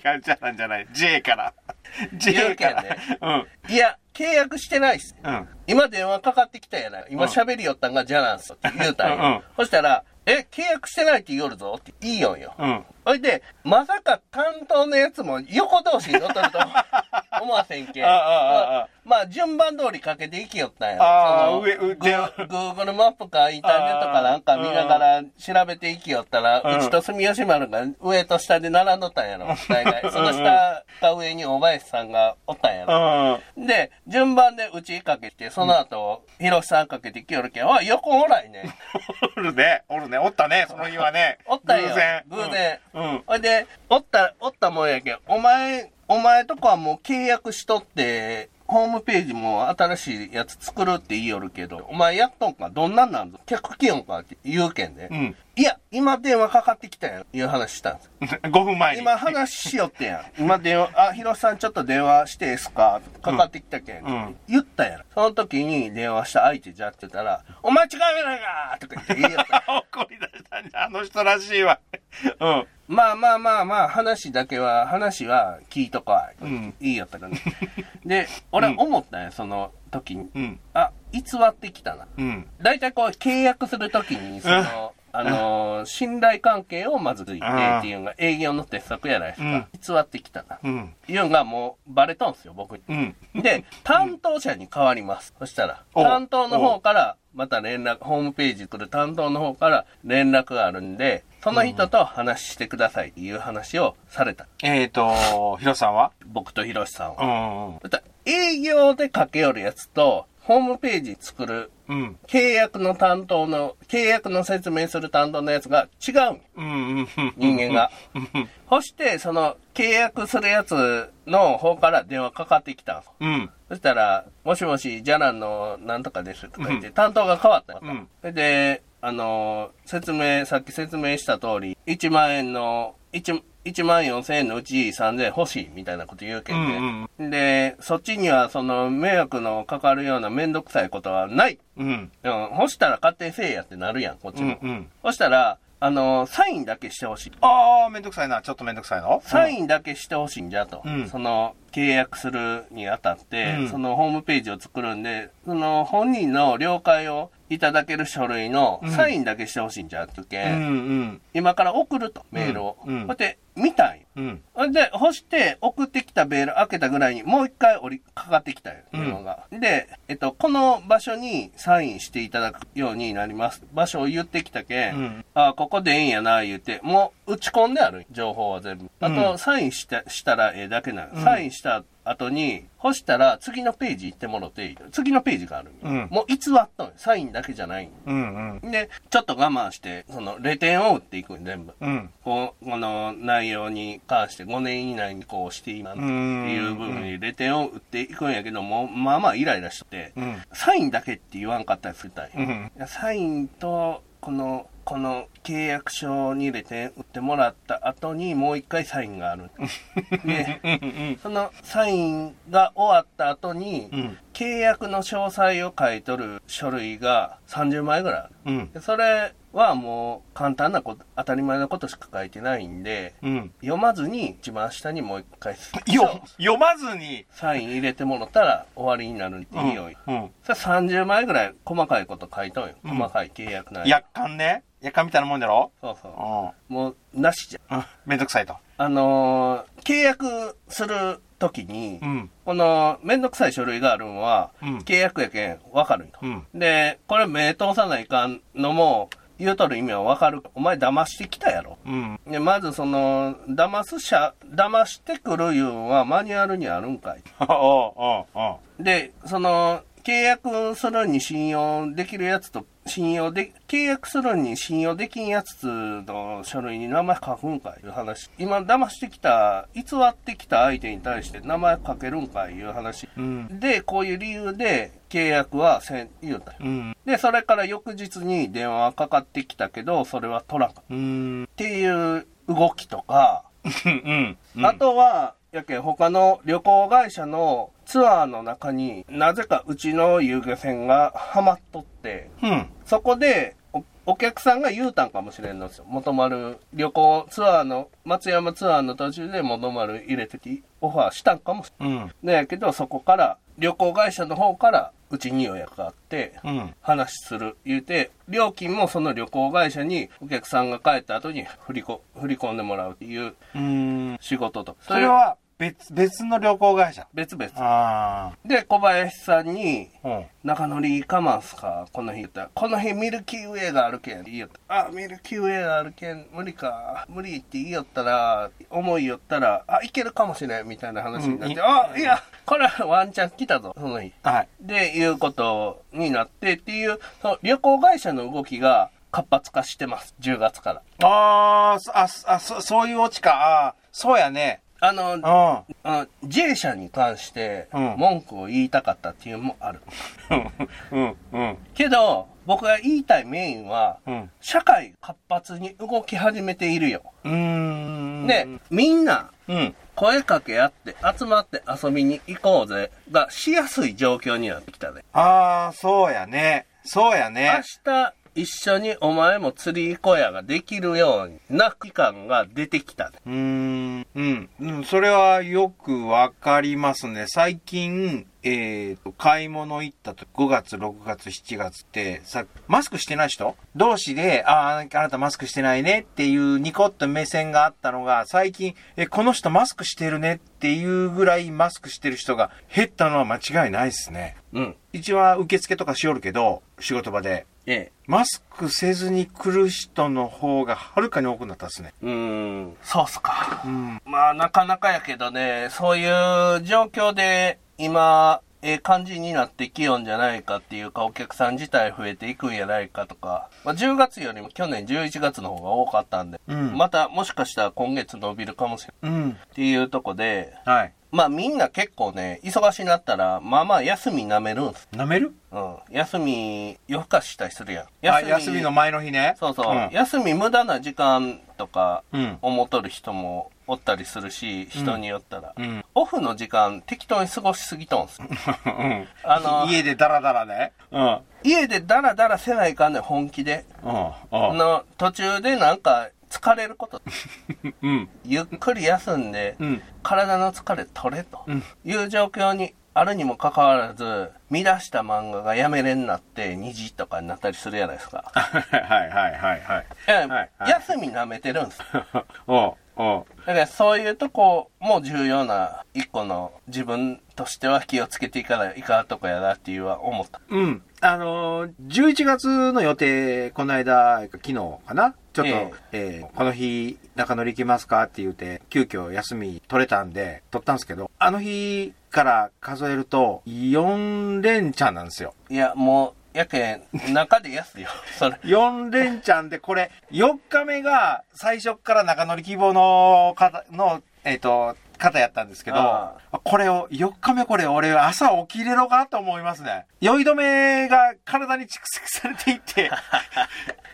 Speaker 2: か。
Speaker 3: う違うじゃなんじゃない。J から。J から。
Speaker 2: いや、契約してないっす。
Speaker 3: うん。うん。
Speaker 2: 今電話かかってきたやない。今喋りよったんがじゃらんっすって言うたんよ。
Speaker 3: うんうん
Speaker 2: そしたら、え、契約してないって言おるぞって言いよんよ。
Speaker 3: うん。
Speaker 2: ほいで、まさか担当のやつも横同士に乗っとると思 思わせんけ。
Speaker 3: ああああ
Speaker 2: まあ、順番通りかけて行きよったんや。
Speaker 3: ああ
Speaker 2: その
Speaker 3: 上
Speaker 2: グ
Speaker 3: 上
Speaker 2: ー Google マップかインターネットかなんか見ながら調べて行きよったら、
Speaker 3: うん
Speaker 2: うちと住吉丸が上と下で並んどったんやろ。大 概。その下か上に小林さんがおったんやろ。
Speaker 3: う
Speaker 2: で、順番でうちかけて、その後、広さんかけてきよるけん、あ、横おらいね。
Speaker 3: ん。おるね。おるね。おったね。その日はね。
Speaker 2: おったんよ
Speaker 3: 偶然。
Speaker 2: 偶然
Speaker 3: うん。
Speaker 2: ほいで、おった、おったもんやけん、お前、お前とこはもう契約しとって、ホームページも新しいやつ作るって言いよるけど、お前やっとんかどんなんなんぞ客来よんかって言うけんね。
Speaker 3: うん。
Speaker 2: いや、今電話かかってきたやん、いう話したんです。
Speaker 3: 5分前に。
Speaker 2: 今話しよってや ん。今電話、あ、広瀬さんちょっと電話してええっすかかかってきたけん。
Speaker 3: うん
Speaker 2: 言ったやん。その時に電話した相手じゃってたら、お前違うやないかとか言って言いよった。
Speaker 3: 怒り出したんじゃ、あの人らしいわ。うん。
Speaker 2: まあまあまあまあ、話だけは、話は聞いとこい。
Speaker 3: ん
Speaker 2: いいよった からね。で、俺思ったんや、その時に。
Speaker 3: うん。
Speaker 2: あ、偽ってきたな。
Speaker 3: うん。
Speaker 2: 大体こう、契約する時に、その、あのー信頼関係をまずついて
Speaker 3: うん
Speaker 2: っていうのが営業の鉄則やないです
Speaker 3: うん
Speaker 2: か。偽ってきたな。
Speaker 3: うん。
Speaker 2: いうのがもうバレたんですよ、僕に。
Speaker 3: うん。
Speaker 2: で、担当者に変わります。そしたら、
Speaker 3: お
Speaker 2: 担当の方から、また連絡、ホームページ来る担当の方から連絡があるんで、その人と話してくださいっていう話をされた。
Speaker 3: えっ、と、ヒロさんは
Speaker 2: 僕とヒロシさん
Speaker 3: う
Speaker 2: は。
Speaker 3: ん。
Speaker 2: だから営業で駆け寄るやつと、ホームページ作る
Speaker 3: うん。
Speaker 2: 契約の担当の、契約の説明する担当のやつが違うんよ
Speaker 3: うん。
Speaker 2: 人間が。
Speaker 3: うん。
Speaker 2: そして、その、契約するやつの方から電話かかってきたんです
Speaker 3: うん。
Speaker 2: そしたら、もしもし、ジャランのなんとかですとか言って、担当が変わったよ
Speaker 3: うん
Speaker 2: それで、あのー説明、さっき説明した通り、1万円の、1、1万4千円のうち3000円欲しいみたいなこと言うけんね。
Speaker 3: うん
Speaker 2: で、そっちにはその迷惑のかかるようなめんどくさいことはない。
Speaker 3: うん。
Speaker 2: うん、欲したら勝手にせえやってなるやん、こっち
Speaker 3: う
Speaker 2: も。
Speaker 3: ん。うん。
Speaker 2: そしたら、あのーサインだけしてほしい。
Speaker 3: ああ、めんどくさいな。ちょっとめんどくさいの
Speaker 2: サインだけしてほしいんじゃと、
Speaker 3: うん
Speaker 2: その契約するにあたって、
Speaker 3: うん
Speaker 2: そのホームページを作るんで、その本人の了解をいただける書類の
Speaker 3: うん
Speaker 2: サインだけしてほしいんじゃっていうけ、
Speaker 3: うんん。
Speaker 2: 今から送ると、メールを。
Speaker 3: うんうん
Speaker 2: ほ、て、見たんよ。
Speaker 3: うん。うん。
Speaker 2: ほんで、干して、送ってきたメール開けたぐらいに、もう一回折りかかってきたよ、電話が。で、えっと、この場所にサインしていただくようになります。場所を言ってきたけん、
Speaker 3: うん
Speaker 2: あここでええんやな、言うて、もう打ち込んである、情報は全部。あと、
Speaker 3: うん
Speaker 2: サインした、したらええだけなの。
Speaker 3: うん
Speaker 2: サインした後に、干したら次のページ行ってもろていい、次のページがある。
Speaker 3: うん
Speaker 2: もう偽っとんよサインだけじゃないんよ。
Speaker 3: うん。
Speaker 2: で、ちょっと我慢して、その、0点を打っていくん全部。
Speaker 3: うん。
Speaker 2: こうこの内容に関して5年以内にこうして今っていう部分に0点を打っていくんやけども、まあまあイライラしてて、
Speaker 3: うん。
Speaker 2: サインだけって言わんかったりするたんや
Speaker 3: うん。うん
Speaker 2: いやサインとこのこの契約書に入れて売ってもらった後にもう一回サインがあるで
Speaker 3: うん。
Speaker 2: そのサインが終わった後に、
Speaker 3: うん。
Speaker 2: 契約の詳細を書いとる書類が30枚ぐらいある
Speaker 3: うん。
Speaker 2: でそれはもう簡単なこと当たり前のことしか書いてないんで
Speaker 3: うん。
Speaker 2: 読まずに一番下にもう一回
Speaker 3: よ、読まずに。
Speaker 2: サイン入れてもらったら終わりになるっていいよ、
Speaker 3: うん。
Speaker 2: それ30枚ぐらい細かいこと書いとんよ
Speaker 3: うん
Speaker 2: 細かい契約内容
Speaker 3: やっかんね。やっかんみたいなもんだろ。
Speaker 2: そうそううんもう、なしじゃん。
Speaker 3: うんめんどくさいと。
Speaker 2: あのー契約するときに、
Speaker 3: うん。
Speaker 2: この、めんどくさい書類があるんは、
Speaker 3: うん
Speaker 2: 契約やけん、わかるんと、
Speaker 3: うん
Speaker 2: で、これ目通さないかんのも、言うとる意味はわかる。お前騙してきたやろ。
Speaker 3: うん。
Speaker 2: で、まずその、騙す者、騙してくるいうんはマニュアルにあるんかい。
Speaker 3: おうおうおう
Speaker 2: で、その、契約するに信用できるやつと、信用で、契約するに信用できんやつの書類に名前書くんかいいう話。今、騙してきた、偽ってきた相手に対して名前書けるんかいいう話。
Speaker 3: うん。
Speaker 2: で、こういう理由で契約はせん、言うたよ
Speaker 3: うん。
Speaker 2: で、それから翌日に電話がかかってきたけど、それは取らんかっ
Speaker 3: うん。
Speaker 2: ていう動きとか、
Speaker 3: うん。うん
Speaker 2: あ、とは、やけん他の旅行会社のツアーの中になぜかうちの遊漁船がハマっとって、
Speaker 3: うん。
Speaker 2: そこでおお客さんが言うたんかもしれんのですよ。元丸旅行ツアーの、松山ツアーの途中で元丸入れてき、オファーしたんかもし
Speaker 3: う
Speaker 2: れ
Speaker 3: ん。
Speaker 2: ん。ねやけど、そこから旅行会社の方からうちに予約があって、
Speaker 3: うん。
Speaker 2: 話する言うて、料金もその旅行会社にお客さんが帰った後に振りこ振り込んでもらうっていう
Speaker 3: うん。
Speaker 2: 仕事と。
Speaker 3: それは別、別の旅行会社。
Speaker 2: 別々。
Speaker 3: あ
Speaker 2: で、小林さんに、
Speaker 3: あ。うん。
Speaker 2: 中野リーカマンすかこの日言ったら、この日ミルキーウェイがあるけん、言いよった。あ、ミルキーウェイがあるけん、無理か。無理って言いよったら、思いよったら、あ、いけるかもしれん、みたいな話になって、
Speaker 3: うん
Speaker 2: あ、いや、これはワンチャン来たぞ、その日。
Speaker 3: はい。
Speaker 2: で、いうことになってっていう、その旅行会社の動きが活発化してます、10月から。
Speaker 3: あーそあ、そあ、そ、そういうオチか。ああ、そうやね。
Speaker 2: あの、
Speaker 3: うん。
Speaker 2: あの J 社に関して
Speaker 3: うん
Speaker 2: 文句を言いたかったっていうのもある。
Speaker 3: うん、うん、
Speaker 2: けど、僕が言いたいメインは、
Speaker 3: うん。
Speaker 2: 社会活発に動き始めているよ。
Speaker 3: うーん。
Speaker 2: で、みんな
Speaker 3: うん。
Speaker 2: 声かけ合って集まって遊びに行こうぜがしやすい状況になってきたね。
Speaker 3: ああ、そうやね。そうや
Speaker 2: 明
Speaker 3: ね。
Speaker 2: 日一緒にお前も釣り小屋ができるような期間が出てきたね。
Speaker 3: うーん。うん。うん。それはよくわかりますね。最近、えーと、買い物行ったと、5月、6月、7月って、さ、マスクしてない人同士で、ああ、あなたマスクしてないねっていうニコッと目線があったのが、最近、え、この人マスクしてるねっていうぐらいマスクしてる人が減ったのは間違いないですね。
Speaker 2: うん。
Speaker 3: 一応受付とかしよるけど、仕事場で。
Speaker 2: え
Speaker 3: マスクせずに来る人の方がはるかに多くなったですね。
Speaker 2: え。うーん。そうっすか。
Speaker 3: うん。
Speaker 2: まあ、なかなかやけどね、そういう状況で、今、ええ感じになってきよんじゃないかっていうか、お客さん自体増えていくんやないかとか、まあ、10月よりも去年11月の方が多かったんで、
Speaker 3: うん
Speaker 2: またもしかしたら今月伸びるかもしれない
Speaker 3: うん。
Speaker 2: っていうとこで、
Speaker 3: はい。
Speaker 2: まあみんな結構ね、忙しになったら、まあまあ休み舐めるんです。
Speaker 3: 舐める
Speaker 2: うん。休み、夜更かししたりするやん。
Speaker 3: あ休みの前の日ね。
Speaker 2: そうそう。
Speaker 3: ん
Speaker 2: 休み無駄な時間とか、
Speaker 3: うん
Speaker 2: 思っとる人もおったりするし、人によったら。
Speaker 3: うん。
Speaker 2: オフの時間、適当に過ごしすぎとんす。
Speaker 3: うん
Speaker 2: あの
Speaker 3: 家でダラダラね。うん。うん。
Speaker 2: 家でダラダラせないかんねん本気で。
Speaker 3: うん
Speaker 2: の、途中でなんか、疲れること。
Speaker 3: うん。
Speaker 2: ゆっくり休んで、
Speaker 3: うん。
Speaker 2: 体の疲れ取れと
Speaker 3: ん
Speaker 2: いう状況にあるにもかかわらず見出した漫画がやめれんなって2時とかになったりするじゃないですか。
Speaker 3: はいはいはいはいはい。
Speaker 2: いや
Speaker 3: はいはい
Speaker 2: 休み舐めてるんです。だ
Speaker 3: おお
Speaker 2: からそういうとこも重要な一個の自分としては気をつけていかないかんとこやなっていうは思った。
Speaker 3: うん。あのー、11月の予定、この間、昨日かなちょっと、
Speaker 2: え
Speaker 3: えーこの日、中乗り行きますかって言って、急遽休み取れたんで、取ったんですけど、あの日から数えると、4連チャンなんですよ。
Speaker 2: いやもうやけん中で休よ。 それ。
Speaker 3: 4連チャンで、これ、4日目が最初から中乗り希望の方の、えっ、と、方やったんですけ
Speaker 2: あ
Speaker 3: ど、これを、4日目これ、俺朝起きれろかと思いますね。酔い止めが体に蓄積されてい って、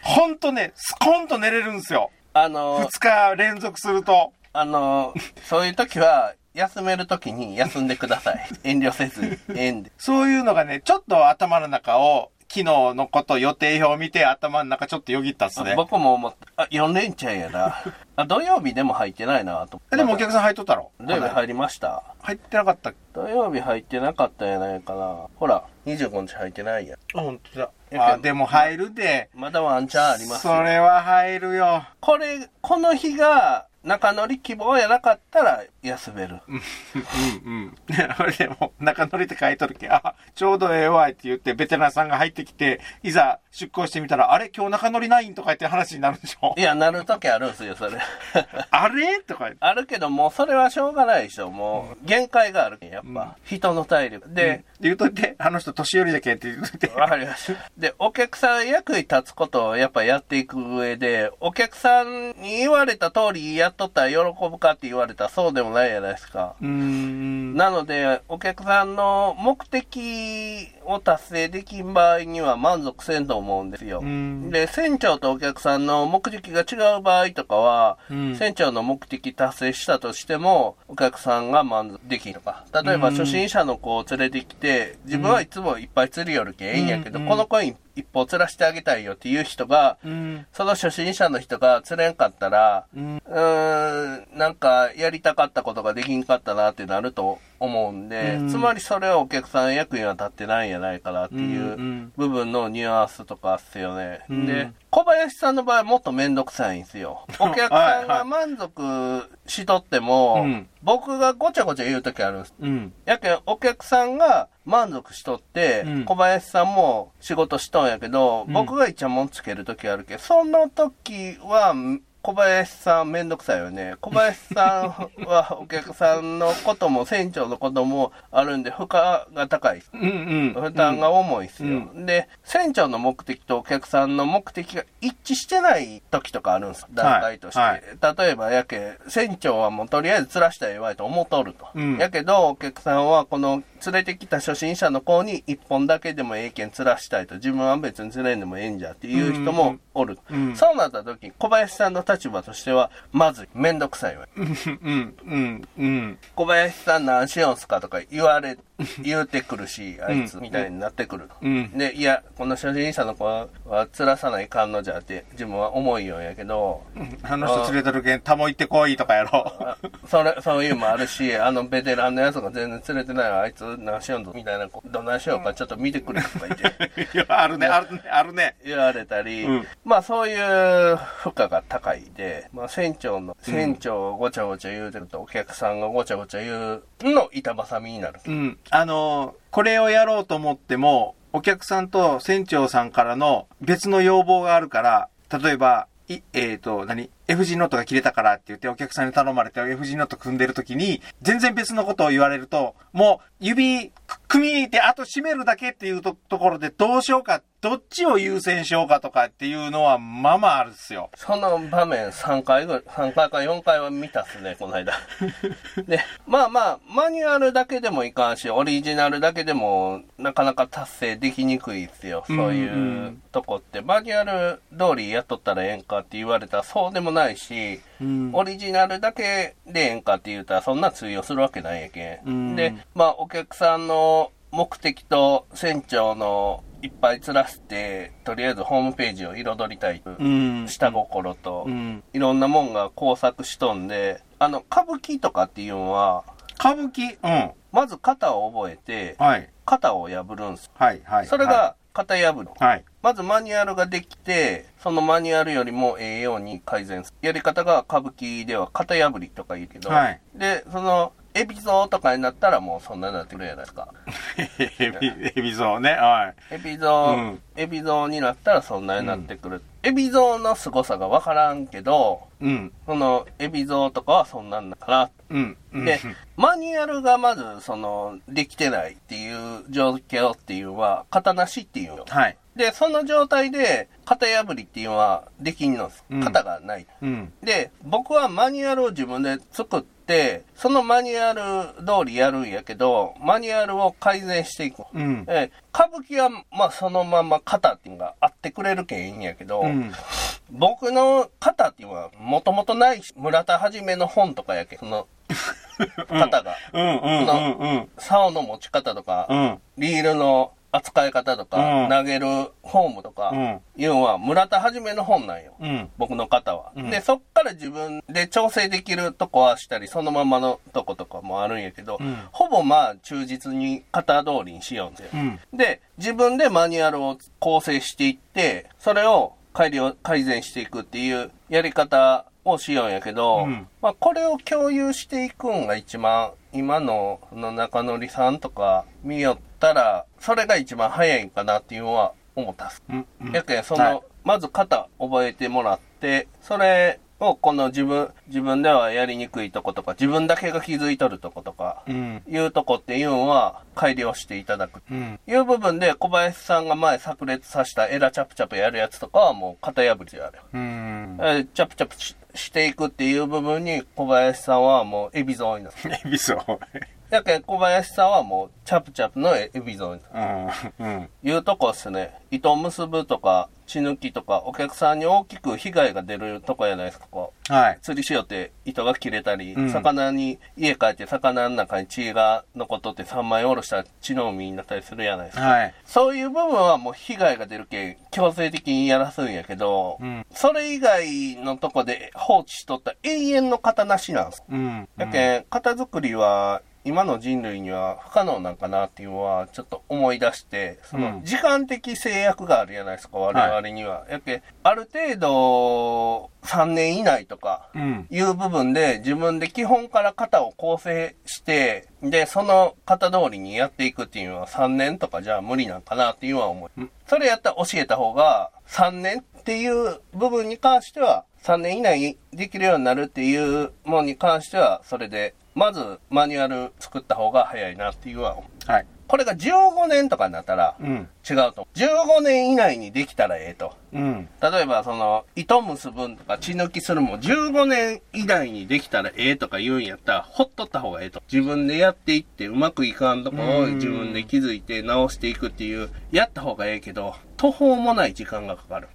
Speaker 3: ほんとね、スコンと寝れるんですよ。
Speaker 2: あの
Speaker 3: 2日連続すると。
Speaker 2: あのそういう時は休める時に休んでください。 遠慮せずにええんで。
Speaker 3: そういうのがね、ちょっと頭の中を、昨日のこと予定表を見て頭の中ちょっとよぎったっすね。
Speaker 2: 僕も思った。あ、4連チャンやな。あ、土曜日でも入ってないなと思って。
Speaker 3: えでもお客さん入っとったろ
Speaker 2: 土曜日入りました。
Speaker 3: 入ってなかった。あ、
Speaker 2: 土曜日入ってなかったんやないかな。ほら、25日入ってないやん。
Speaker 3: 本当だ。
Speaker 2: やけど
Speaker 3: あ、でも入るで。
Speaker 2: まだワンチャンありますよ。
Speaker 3: それは入るよ。
Speaker 2: これ、この日が中乗り希望やなかったら休める。
Speaker 3: うんうん。俺でも、中乗りって書いとるけ、あ、ちょうどええわいって言って、ベテランさんが入ってきて、いざ出航してみたら、あれ今日中乗りないんとか言って話になるでしょ
Speaker 2: い。や、なる時あるんすよ、それ。
Speaker 3: あれとか言って。
Speaker 2: あるけど、もうそれはしょうがないでしょ。もう、限界があるけん、やっぱ。人の体力。で、
Speaker 3: 言うといて、あの人年寄りじゃけんって言うといて。
Speaker 2: わかりました。で、お客さん役に立つことをやっぱやっていく上で、お客さんに言われた通りやっとったら喜ぶかって言われたらそうでもないじゃないですか。
Speaker 3: うーん。
Speaker 2: なので、お客さんの目的を達成できん場合には満足せんと思うんですよ。
Speaker 3: ん
Speaker 2: で、船長とお客さんの目的が違う場合とかは、
Speaker 3: うん
Speaker 2: 船長の目的達成したとしても、お客さんが満足できんとか。例えば、
Speaker 3: うん
Speaker 2: 初心者の子を連れてきて、自分はいつもいっぱい釣りよるけんええんやけど、
Speaker 3: うん
Speaker 2: この子に一歩釣らしてあげたいよっていう人が、
Speaker 3: うん。
Speaker 2: その初心者の人が釣れんかったら、
Speaker 3: うん。
Speaker 2: うーん、なんか、やりたかったことができんかったなってなると思うんで、
Speaker 3: うん
Speaker 2: つまりそれはお客さん役には立ってないんやないかなってい
Speaker 3: うんう
Speaker 2: うん部分のニュアンスとかっすよね。
Speaker 3: うん
Speaker 2: で、小林さんの場合はもっとめんどくさいんす よ。お客さんが満足しとっても、
Speaker 3: はいはい
Speaker 2: 僕がごちゃごちゃ言うときあるんです。
Speaker 3: うん。
Speaker 2: やけん、お客さんが満足しとって、
Speaker 3: うん
Speaker 2: 小林さんも仕事しとんやけど、
Speaker 3: うん
Speaker 2: 僕がイチャモンつけるときあるけど、その時は、ん小林さんめんどくさいよね。小林さん はお客さんのことも船長のこともあるんで、負荷が高い。
Speaker 3: うんうん。
Speaker 2: 負担が重いっすよ、
Speaker 3: う
Speaker 2: で、船長の目的とお客さんの目的が一致してない時とかあるんです。段階として。
Speaker 3: はい
Speaker 2: 例えば、やけ、船長はもうとりあえず釣らしたらええわいと思っとると。
Speaker 3: うん
Speaker 2: やけど、お客さんはこの連れてきた初心者の子に一本だけでもええけん釣らしたいと。自分は別に釣れんでもええんじゃっていう人もおる。
Speaker 3: うん
Speaker 2: そうなった時、小林さんの立場としては、まずめんどくさいわい。
Speaker 3: うんうんうん。うん。
Speaker 2: 小林さん何しよんすかとか言われ言うてくるし、あいつ、みたいになってくる。
Speaker 3: うん
Speaker 2: で、いや、この初心者の子は、らさないかんのじゃって、自分は思いようやけど、
Speaker 3: あの人連れてるけん、タモ行ってこいとかやろ。
Speaker 2: あそれ、そういうのもある し、あのベテランのやつが全然釣れてないわあいつ何しよんぞ、みたいな、どんなんしようか、ちょっと見てくれとか言って、
Speaker 3: いやあるね、あるね、あるね。
Speaker 2: 言われたり、
Speaker 3: うん
Speaker 2: まあそういう負荷が高いで、まあ船長の、船長をごちゃごちゃ言うてると、お客さんがごちゃごちゃ言うの板挟みになる。
Speaker 3: うん。あのー、これをやろうと思っても、お客さんと船長さんからの別の要望があるから、例えば、いえっ、と、何 ?F 字ノットが切れたからって言ってお客さんに頼まれて F 字ノット組んでる時に、全然別のことを言われると、もう指く組みであと締めるだけっていうとところでどうしようか、どっちを優先しようかとかっていうのはまあまああるっすよ。
Speaker 2: その場面3回ぐらい、3回か4回は見たっすね、この 間。で、まあまあ、マニュアルだけでもいかんし、オリジナルだけでも、なかなか達成できにくいっすよ、そうい
Speaker 3: んう
Speaker 2: うとこって。マニュアル通りやっとったらええんかって言われたらそうでもないし、
Speaker 3: うん
Speaker 2: オリジナルだけでええんかって言うたらそんな通用するわけないやけ。
Speaker 3: うんん
Speaker 2: で、まあお客さんの目的と船長のいっぱいずらして、とりあえずホームページを彩りたい。
Speaker 3: うん。
Speaker 2: 下心と、
Speaker 3: うん。
Speaker 2: いろんなもんが交錯しとんで、あの、歌舞伎とかっていうのは、
Speaker 3: 歌舞伎うん。
Speaker 2: まず型を覚えて、
Speaker 3: はい。
Speaker 2: 型を破るんです。
Speaker 3: はい。はい。
Speaker 2: それが型破る。
Speaker 3: はい、はい。
Speaker 2: まずマニュアルができて、そのマニュアルよりもええように改善する。やり方が歌舞伎では型破りとか言うけど、
Speaker 3: はい
Speaker 2: で、その、エビゾーとかになったらもうそんなになってくるじゃないですか。
Speaker 3: エビ、エビゾウね。はい。
Speaker 2: エビゾー、
Speaker 3: うん
Speaker 2: エビゾーになったらそんなになってくる。エビゾーの凄さがわからんけど、
Speaker 3: うん。
Speaker 2: その、エビゾーとかはそんなんだから
Speaker 3: うん。うん
Speaker 2: で、マニュアルがまず、その、できてないっていう状況っていうのは、型なしっていうの。
Speaker 3: はい。
Speaker 2: で、その状態で、型破りっていうのはできんのです
Speaker 3: うん。
Speaker 2: 型がない。
Speaker 3: うん。
Speaker 2: で、僕はマニュアルを自分で作って、そのマニュアル通りやるんやけど、マニュアルを改善していく。
Speaker 3: うん。
Speaker 2: ええ歌舞伎は、まあ、そのまま型っていうのがあってくれるけんいいんやけど、
Speaker 3: うん。
Speaker 2: 僕の型っていうのは、もともとないし、村田はじめの本とかやけん、その、型が。
Speaker 3: うん。うん。うん。
Speaker 2: 竿の持ち方とか、
Speaker 3: うん。
Speaker 2: リールの扱い方とか、
Speaker 3: うん
Speaker 2: 投げるフォームとか、
Speaker 3: うん
Speaker 2: いうのは村田はじめの本なんよ。
Speaker 3: うん。
Speaker 2: 僕の方は、
Speaker 3: うん
Speaker 2: で、そっから自分で調整できるとこはしたり、そのままのとことかもあるんやけど、
Speaker 3: うん
Speaker 2: ほぼまあ忠実に型通りにしようんですよ。
Speaker 3: うん。
Speaker 2: で、自分でマニュアルを構成していって、それを改良、改善していくっていうやり方をしようんやけど、
Speaker 3: うん
Speaker 2: まあこれを共有していくんが一番、今のその中のりさんとか見よったら、それが一番早いんかなっていうのは思ったっす。
Speaker 3: うん。
Speaker 2: やけん、そ
Speaker 3: はい
Speaker 2: の、まず型覚えてもらって、それをこの自分、自分ではやりにくいとことか、自分だけが気づいとるとことか、
Speaker 3: うん。
Speaker 2: いうとこっていうのは改良していただく。
Speaker 3: うん。
Speaker 2: いう部分で小林さんが前炸裂させたエラチャプチャプやるやつとかはもう型破りである。
Speaker 3: うん。
Speaker 2: えーチャプチャプししていくっていう部分に小林さんはもうエビゾーンになる。
Speaker 3: エビゾウ。
Speaker 2: やけん小林さんはもうチャプチャプのエビゾーンになる。
Speaker 3: うん。うん。
Speaker 2: いうとこっすね。糸結ぶとか、血抜きとか、お客さんに大きく被害が出るとこやないですか、こう。
Speaker 3: はい。
Speaker 2: 釣りしようって糸が切れたり、
Speaker 3: うん
Speaker 2: 魚に、家帰って魚の中に血が残っとって3枚おろしたら血の海になったりするやないですか。
Speaker 3: はい。
Speaker 2: そういう部分はもう被害が出るけん、強制的にやらすんやけど、
Speaker 3: うん
Speaker 2: それ以外のとこで放置しとった永遠の型なしなんです。
Speaker 3: うん。
Speaker 2: やけん、型作りは今の人類には不可能なんかなっていうのはちょっと思い出して、そうの
Speaker 3: ん
Speaker 2: 時間的制約があるじゃないですか、我々には。やけん、ある程度3年以内とか、
Speaker 3: うん。
Speaker 2: いう部分で自分で基本から型を構成して、で、その型通りにやっていくっていうのは3年とかじゃ無理なんかなっていうのは思う。それやったら教えた方が3年っていう部分に関しては3年以内にできるようになるっていうものに関してはそれで、まずマニュアル作った方が早いなっていうのは思う。
Speaker 3: はい。
Speaker 2: これが15年とかになったら
Speaker 3: うん。
Speaker 2: 違うと。15年以内にできたらええと。
Speaker 3: うん。
Speaker 2: 例えばその糸結ぶんとか血抜きするも15年以内にできたらええとか言うんやったらほっとった方がええと自分でやっていってうまくいかんとこを
Speaker 3: うん
Speaker 2: 自分で気づいて直していくっていうやった方がええけど途方もない時間がかかる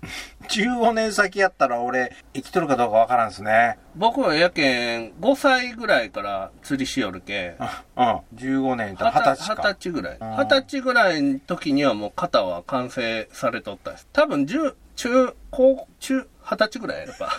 Speaker 3: 15年先やったら俺、生きとるかどうかわからんですね。
Speaker 2: 僕はやけん、5歳ぐらいから釣りしよるけ、
Speaker 3: うん。15年やったら
Speaker 2: 二
Speaker 3: 20
Speaker 2: 十
Speaker 3: 歳
Speaker 2: 歳
Speaker 3: か。
Speaker 2: ぐらい。
Speaker 3: うん
Speaker 2: 二十歳ぐらいの時にはもう肩は完成されとったです。多分、十、中、高、中、二十歳ぐらいやろか。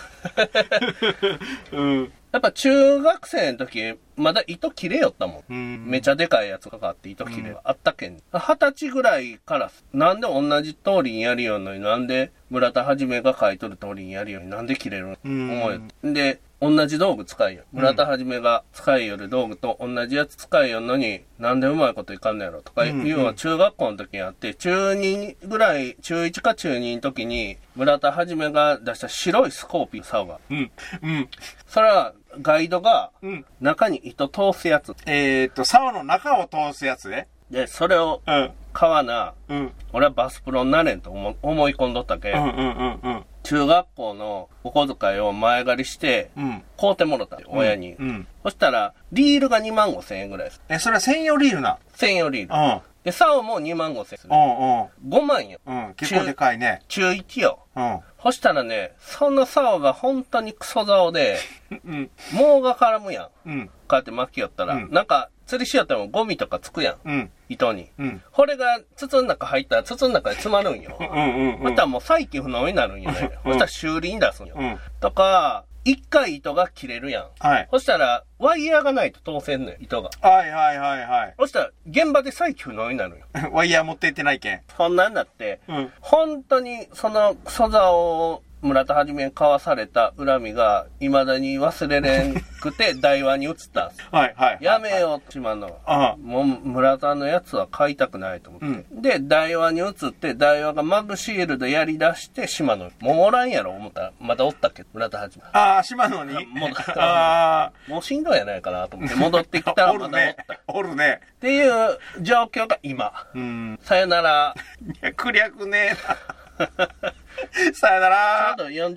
Speaker 3: うん。
Speaker 2: やっぱ中学生の時、まだ糸切れよったもん。
Speaker 3: うん
Speaker 2: めちゃでかいやつがかって糸切れがあったけん。二十歳ぐらいから、なんで同じ通りにやるようのに、なんで村田はじめが書いとる通りにやるように、なんで切れるの
Speaker 3: うん
Speaker 2: 思うよ。で、同じ道具使いよ。村田はじめが使いよる道具と同じやつ使いよんのに、なんでうまいこといかんのやろとかいう
Speaker 3: うんうん
Speaker 2: のは中学校の時にあって、中2ぐらい、中1か中2の時に、村田はじめが出した白いスコーピー竿が。
Speaker 3: うん。うん。
Speaker 2: それはガイドが
Speaker 3: うん。
Speaker 2: 中に糸通すやつ。
Speaker 3: えー、っと、竿の中を通すやつね。
Speaker 2: で、それを
Speaker 3: うん。
Speaker 2: 買わな、
Speaker 3: うん。
Speaker 2: 俺はバスプロになれんと思思い込んどったけ、
Speaker 3: うんうんうん
Speaker 2: 中学校のお小遣いを前借りして、
Speaker 3: うん。うん。
Speaker 2: 買うてもろたよ、親に。
Speaker 3: うん。
Speaker 2: そしたら、リールが2万5千円ぐらいです。
Speaker 3: え、それは専用リールな。
Speaker 2: 専用リー
Speaker 3: う
Speaker 2: ル。
Speaker 3: ん。
Speaker 2: で、竿も2万5千円する
Speaker 3: う。んうん。
Speaker 2: 5万よ。
Speaker 3: うん。結構でかいね。
Speaker 2: 中1よ。
Speaker 3: うん。
Speaker 2: そしたらね、その竿が本当にクソ竿 で、
Speaker 3: うん。
Speaker 2: 毛が絡むやん。こ
Speaker 3: うん。
Speaker 2: うやって巻きよったら、
Speaker 3: うん
Speaker 2: なんか、釣りしよってもゴミとかつくやん。
Speaker 3: うん。
Speaker 2: 糸に。
Speaker 3: うん。
Speaker 2: これが筒の中入ったら筒の中で詰まるんよ。
Speaker 3: うんうんうん。
Speaker 2: またらもう再起不能になるんよね。
Speaker 3: う
Speaker 2: そ
Speaker 3: ん
Speaker 2: したら修理に出すんよ。
Speaker 3: うん。
Speaker 2: とか、一回糸が切れるやん。
Speaker 3: はい。
Speaker 2: そしたら、ワイヤーがないと通せんのよ、糸が。
Speaker 3: はいはいはいはい。
Speaker 2: そしたら、現場で再起不能になるんよ。
Speaker 3: ワイヤー持ってってないけん。
Speaker 2: そんなんだって、
Speaker 3: うん。
Speaker 2: 本当にそのクソザを村田はじめに交わされた恨みが、未だに忘れれんくて、台湾に移ったんです。
Speaker 3: はいはい。
Speaker 2: やめ。よう、島の。
Speaker 3: あ
Speaker 2: もう村田のやつは買いたくないと思って。で、台湾に移って、台湾がマグシールでやり出して、島野に。もうおらんやろ、思ったら。まだおったっけ、村田はじめ。
Speaker 3: あ、島野に。あ
Speaker 2: もうしんどいやないかなと思って、戻ってきたら
Speaker 3: あ。お
Speaker 2: ま
Speaker 3: る
Speaker 2: だおっ
Speaker 3: ね
Speaker 2: た。。
Speaker 3: おるね。
Speaker 2: っていう状況が今。
Speaker 3: うん。
Speaker 2: さ よなら。
Speaker 3: 略略ね。さよなら。
Speaker 2: ちょうど40